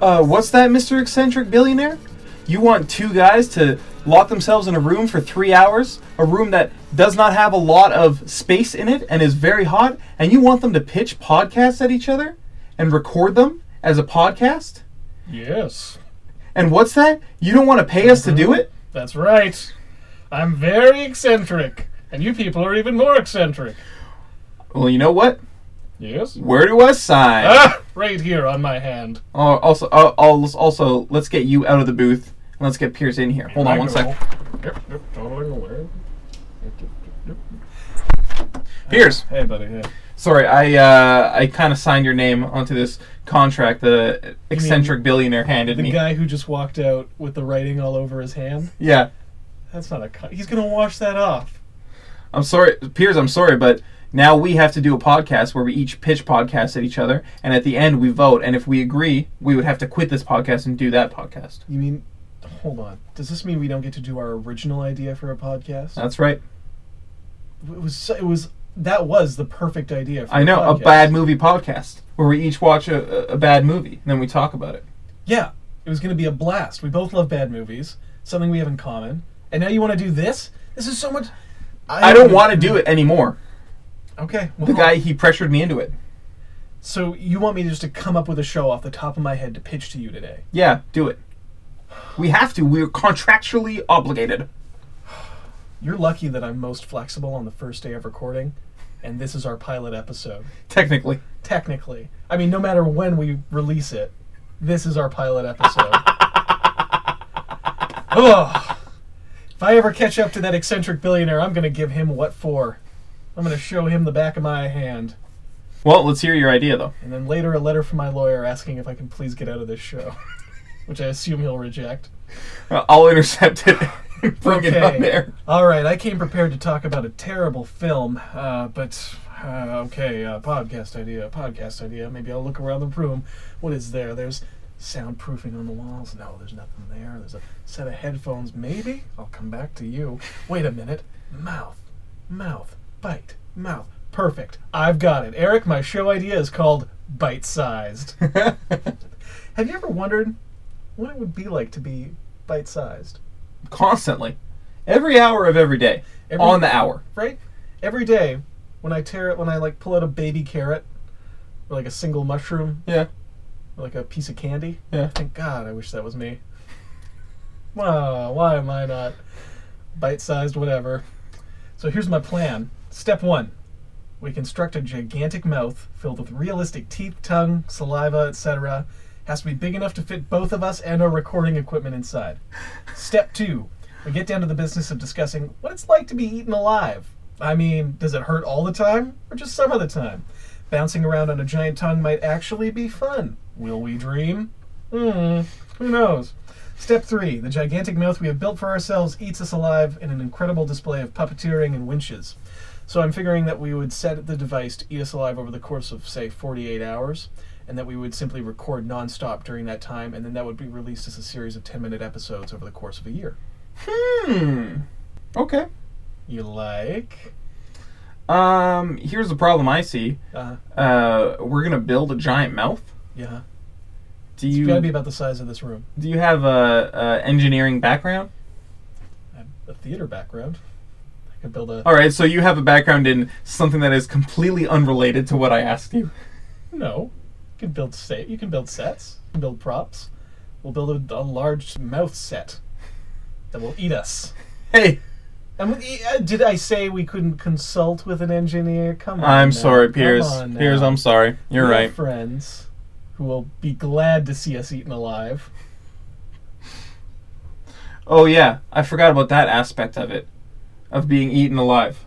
uh, what's that, Mr. Eccentric Billionaire? You want two guys to lock themselves in a room for three hours, a room that does not have a lot of space in it and is very hot, and you want them to pitch podcasts at each other and record them as a podcast? Yes, And what's that? You don't want to pay us to do it? that's right. I'm very eccentric, and you people are even more eccentric. Well, you know what? Yes? Where do I sign? Ah! Right here on my hand. Oh, also, uh, also, also, let's get you out of the booth and let's get Pierce in here. Hold on one sec. Yep, yep, totally aware. Pierce, Hey, buddy. Hey. sorry, I uh, I kind of signed your name onto this contract the eccentric billionaire handed The me. guy who just walked out with the writing all over his hand? Yeah, That's not a cut. He's going to wash that off. I'm sorry, Piers. I'm sorry, but now we have to do a podcast where we each pitch podcasts at each other, and at the end we vote. And if we agree, we would have to quit this podcast and do that podcast. You mean. Hold on. Does this mean we don't get to do our original idea for a podcast? That's right. it was. so- It was. That was the perfect idea. For I know a podcast. bad movie podcast where we each watch a, a- a bad movie and then we talk about it. Yeah, it was going to be a blast. We both love bad movies, something we have in common. And now you want to do this? This is so much. I don't want to do it anymore. Okay. Well, The guy he pressured me into it. So you want me to just to come up with a show off the top of my head to pitch to you today? Yeah, do it. We have to. We're contractually obligated. You're lucky that I'm most flexible on the first day of recording, and this is our pilot episode. Technically. Technically, I mean, no matter when we release it, this is our pilot episode. Ugh. If I ever catch up to that eccentric billionaire, I'm going to give him what for. I'm going to show him the back of my hand. Well, let's hear your idea though. And then later, a letter from my lawyer asking if I can please get out of this show, which I assume he'll reject. Uh, I'll intercept it. and Bring it on there. All right, I came prepared to talk about a terrible film, uh, but uh, okay, uh, podcast idea, podcast idea. Maybe I'll look around the room. What is there? There's soundproofing on the walls. No, there's nothing there. There's a set of headphones. Maybe I'll come back to you. Wait a minute. Mouth, mouth, bite, mouth. Perfect. I've got it. Eric, my show idea is called Bite Sized. Have you ever wondered what it would be like to be bite sized? Constantly. Every hour of every day. Every- on the hour. right? Every day when I tear it, when I like pull out a baby carrot or like a single mushroom Yeah. or like a piece of candy, Yeah. thank God I wish that was me. Wow, why am I not bite sized, whatever? So here's my plan. Step one we construct a gigantic mouth filled with realistic teeth, tongue, saliva, etc. Has to be big enough to fit both of us and our recording equipment inside. Step two, we get down to the business of discussing what it's like to be eaten alive. I mean, does it hurt all the time or just some of the time? Bouncing around on a giant tongue might actually be fun. Will we dream? Hmm, who knows? Step three, the gigantic mouth we have built for ourselves eats us alive in an incredible display of puppeteering and winches. So I'm figuring that we would set the device to eat us alive over the course of, say, 48 hours, and that we would simply record nonstop during that time, and then that would be released as a series of 10 minute episodes over the course of a year. Hmm. Okay. You like? Um, here's the problem I see. Uh, Uh, we're gonna build a giant mouth. yeah. Do It's you gotta be about the size of this room. do you have a, a engineering background? I have a theater background. I could build a. All right, so you have a background in something that is completely unrelated to what I asked you. No. You can build, sa- you can build sets, you can build props. We'll build a, a large mouth set that will eat us. Hey, And we- uh, did I say we couldn't consult with an engineer? Come on. I'm now. sorry, Come Piers. on now. Piers, I'm sorry. You're We have right. Friends who will be glad to see us eaten alive. Oh yeah, I forgot about that aspect of it, of being eaten alive.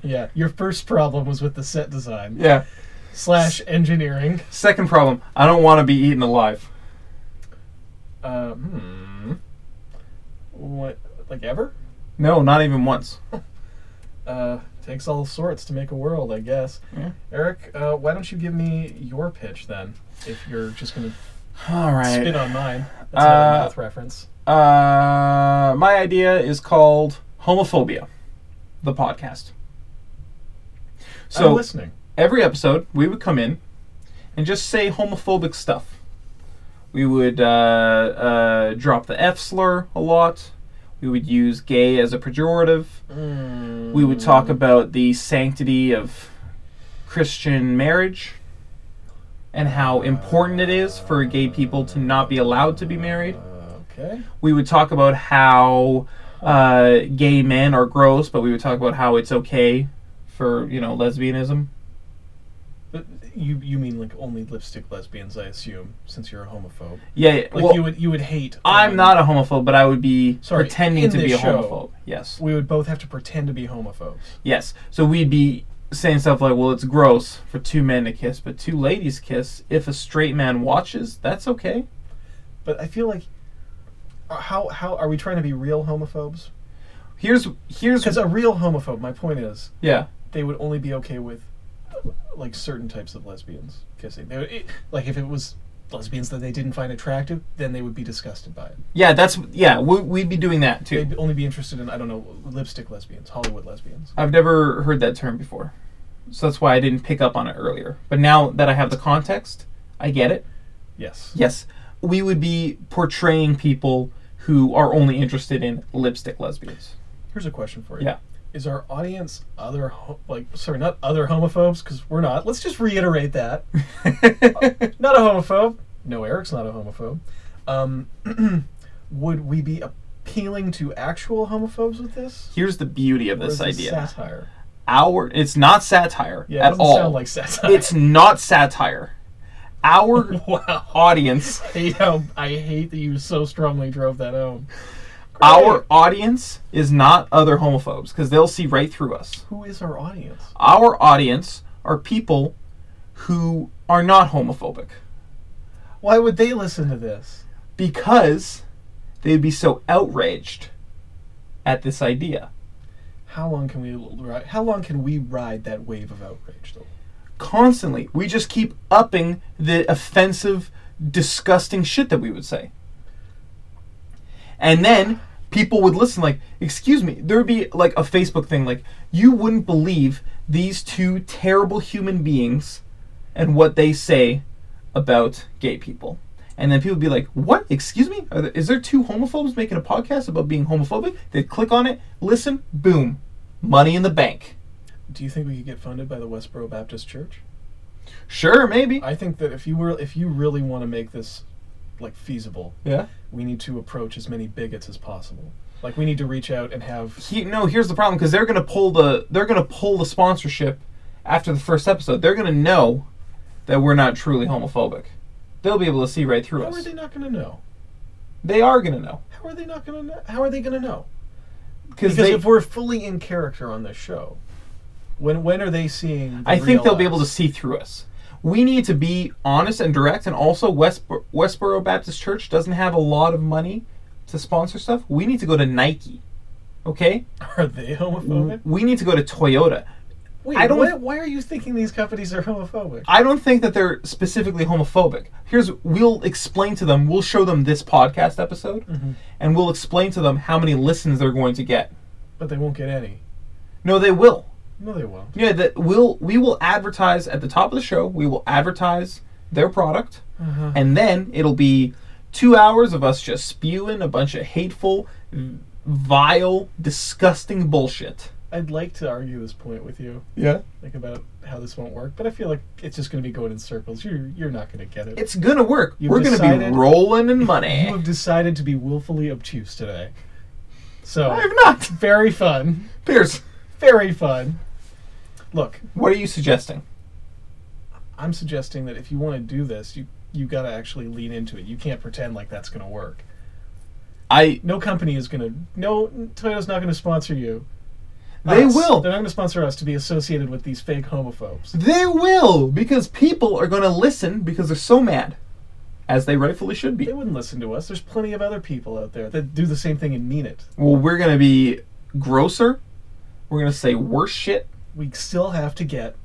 yeah, your first problem was with the set design Yeah. slash engineering. Second problem, I don't want to be eaten alive. Uh, hmm. What, like ever? No, not even once. Uh, takes all sorts to make a world, I guess. Yeah. Eric, uh, why don't you give me your pitch then? If you're just gonna All right. spit on mine, that's another Uh, mouth reference. Uh, my idea is called Homophobia, the podcast. I'm So listening. every episode, we would come in and just say homophobic stuff. We would uh, uh, drop the F slur a lot. We would use gay as a pejorative. Mm. We would talk about the sanctity of Christian marriage and how important it is for gay people to not be allowed to be married. Okay. We would talk about how uh, gay men are gross, but we would talk about how it's okay for, you know, lesbianism. But you you mean like only lipstick lesbians, I assume, since you're a homophobe. Yeah, Like well, you would you would hate. I'm um, not a homophobe, but I would be Sorry, pretending in to be a this show. homophobe. Yes. We would both have to pretend to be homophobes. Yes. So we'd be saying stuff like, well, it's gross for two men to kiss, but two ladies kiss. If a straight man watches, that's okay. But I feel like uh, how how are we trying to be real homophobes? Here's here's Because a real homophobe, my point is, yeah. they would only be okay with uh, like certain types of lesbians kissing. They would, it, like if it was lesbians that they didn't find attractive, then they would be disgusted by it. Yeah, that's yeah, we, we'd be doing that too. They'd only be interested in I don't know lipstick lesbians, Hollywood lesbians. I've never heard that term before. So that's why I didn't pick up on it earlier. But now that I have the context, I get it. Yes. Yes, we would be portraying people who are only interested in lipstick lesbians. Here's a question for you. Yeah. Is our audience other ho- like sorry not other homophobes because we're not. Let's just reiterate that not a homophobe. No, Eric's not a homophobe. Um, would we be appealing to actual homophobes with this? Here's the beauty of Or is this idea. satire. Our it's not satire Yeah, it at doesn't all. sound like satire. it's not satire. Our wow. audience I hate, how, I hate that you so strongly drove that home. our Great. audience is not other homophobes because they'll see right through us. who is our audience? Our audience are people who are not homophobic Why would they listen to this? because they'd be so outraged at this idea. How long can we l- ride? How long can we ride that wave of outrage? Though? Constantly, we just keep upping the offensive, disgusting shit that we would say. And then people would listen, like, excuse me, there would be like a Facebook thing, like, you wouldn't believe these two terrible human beings and what they say about gay people. And then people would be like, what? Excuse me? Are there, is there two homophobes making a podcast about being homophobic? They'd click on it, listen, boom, money in the bank. Do you think we could get funded by the Westboro Baptist Church? Sure, maybe. I think that if you were, if you really want to make this like feasible, yeah. we need to approach as many bigots as possible. Like we need to reach out and have. he, no, here's the problem because they're gonna pull the they're gonna pull the sponsorship after the first episode. They're gonna know that we're not truly homophobic. They'll be able to see right through How are us. they They, not going to know? are gonna know How are they not going to know? How are they going to know? because Because they. if we're fully in character on this show, when when are they seeing? the I think real they'll be able to us? see through us. We need to be honest and direct, and also West Westboro Baptist Church doesn't have a lot of money to sponsor stuff. We need to go to Nike, okay? Are they homophobic? We need to go to Toyota. Wait, Mm-hmm. I don't- why, why are you thinking these companies are homophobic? I don't think that they're specifically homophobic. Here's we'll explain to them. We'll show them this podcast episode, Mm-hmm. and we'll explain to them how many listens they're going to get. But they won't get any. No, they will. No, they won't. Yeah, that will we will advertise at the top of the show. We will advertise their product, and then it'll be two hours of us just spewing a bunch of hateful, vile, disgusting bullshit. I'd like to argue this point with you, Yeah, like about how this won't work, but I feel like it's just going to be going in circles. You're you're not going to get it. it's gonna work. You've We're gonna decided- be rolling in you money. have decided to be willfully obtuse today. So I have not, very fun, Pierce. very fun. Look, What are you suggesting? I'm suggesting that if you want to do this, you you got to actually lean into it. You can't pretend like that's going to work. I No company is going to. No, Toyota's not going to sponsor you. They Us. will. They're not going to sponsor us to be associated with these fake homophobes. They will, because people are going to listen because they're so mad, as they rightfully should be. They wouldn't listen to us. There's plenty of other people out there that do the same thing and mean it. Well, we're going to be grosser. We're going to say worse shit. We still have to get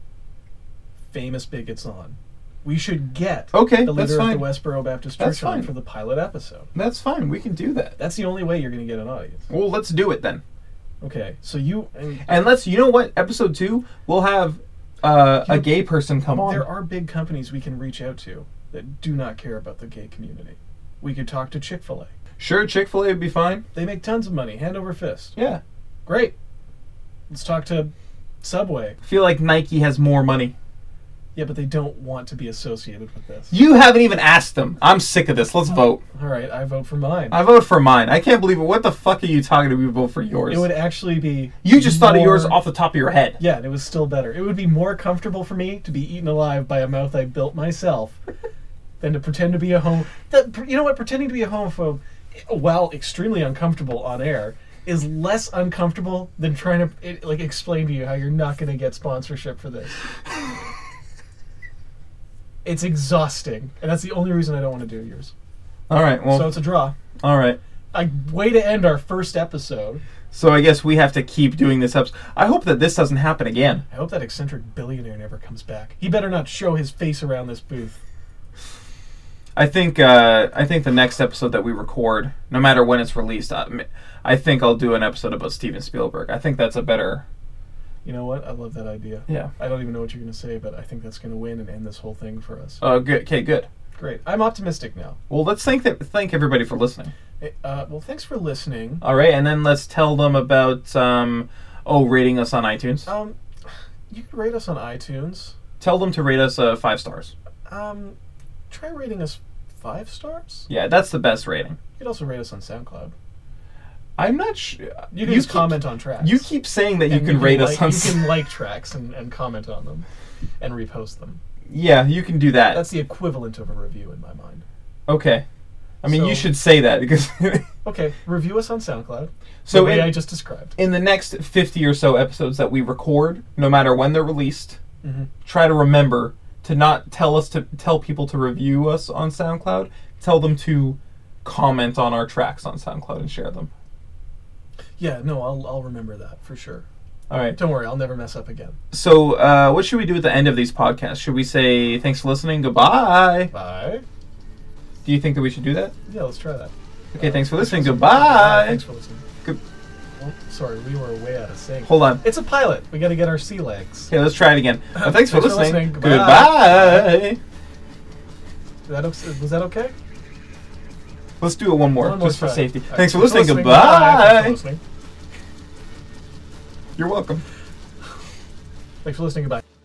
famous bigots on. We should get Okay, the that's leader of fine. the Westboro Baptist That's Church on fine. for the pilot episode. That's fine. We can do that. That's the only way you're going to get an audience. Well, let's do it then. Okay, so you and And let's, you know what? Episode two, we'll have uh, a gay person come there on. are big companies we can reach out to. that do not care about the gay community. We could talk to Chick fil A. Sure, Chick Fil A would be fine. They make tons of money, hand over fist. Yeah, Great. Let's talk to Subway. I feel like Nike has more money. Yeah, but they don't want to be associated with this. You haven't even asked them. I'm sick of this. Let's vote. All right, I vote for mine. I vote for mine. I can't believe it. What the fuck are you talking to? We vote for yours. it would actually be. you just thought of yours more- off the top of your head. Yeah, and it was still better. It would be more comfortable for me to be eaten alive by a mouth I built myself than to pretend to be a home. That, you know what? Pretending to be a homophobe, while extremely uncomfortable on air, is less uncomfortable than trying to it, like explain to you how you're not going to get sponsorship for this. it's exhausting, and that's the only reason I don't want to do yours. All right. Well. So it's a draw. all right. A way to end our first episode. So I guess we have to keep doing this up. I hope that this doesn't happen again. I hope that eccentric billionaire never comes back. He better not show his face around this booth. I think uh, I think the next episode that we record, no matter when it's released, I, I think I'll do an episode about Steven Spielberg. I think that's a better. You know what? I love that idea. Yeah. I don't even know what you're going to say, but I think that's going to win and end this whole thing for us. Uh, good. Okay. Good. Great. I'm optimistic now. Well, let's thank th- thank everybody for listening. Eh, Uh, well, thanks for listening. All right, and then let's tell them about um, oh rating us on iTunes. Um, you can rate us on iTunes. Tell them to rate us uh, five stars. Um, try rating us five stars. Yeah, that's the best rating. You can also rate us on SoundCloud. I'm not sure. You can just comment on tracks. You keep saying that you And can rate like, us on. You can like tracks and, and comment on them and repost them. yeah, you can do that. That's the equivalent of a review in my mind. okay. I mean, you So- should say that because. Okay, review us on SoundCloud. So the so way in, I just described. in the next 50 or so episodes that we record, no matter when they're released, Mm-hmm. try to remember to not tell us to tell people to review us on SoundCloud. Tell them to comment on our tracks on SoundCloud and share them. Yeah, no, I'll, I'll remember that for sure. All right. Don't worry, I'll never mess up again. So, uh, what should we do at the end of these podcasts? Should we say thanks for listening, goodbye? Bye. Do you think that we should do that? Yeah, let's try that. Okay, thanks for listening. Bye. Goodbye. Thanks for listening. Good- Oh, sorry, we were way out of sync. Hold on. It's a pilot. We got to get our sea legs. Okay, let's try it again. Well, thanks for Thanks for listening. listening. Goodbye. Goodbye. Is that o- was that okay? Let's do it one more, One more just for try. safety. All right, Thanks for listening. Bye. Thanks Goodbye. for listening. You're welcome. Thanks for listening. Goodbye.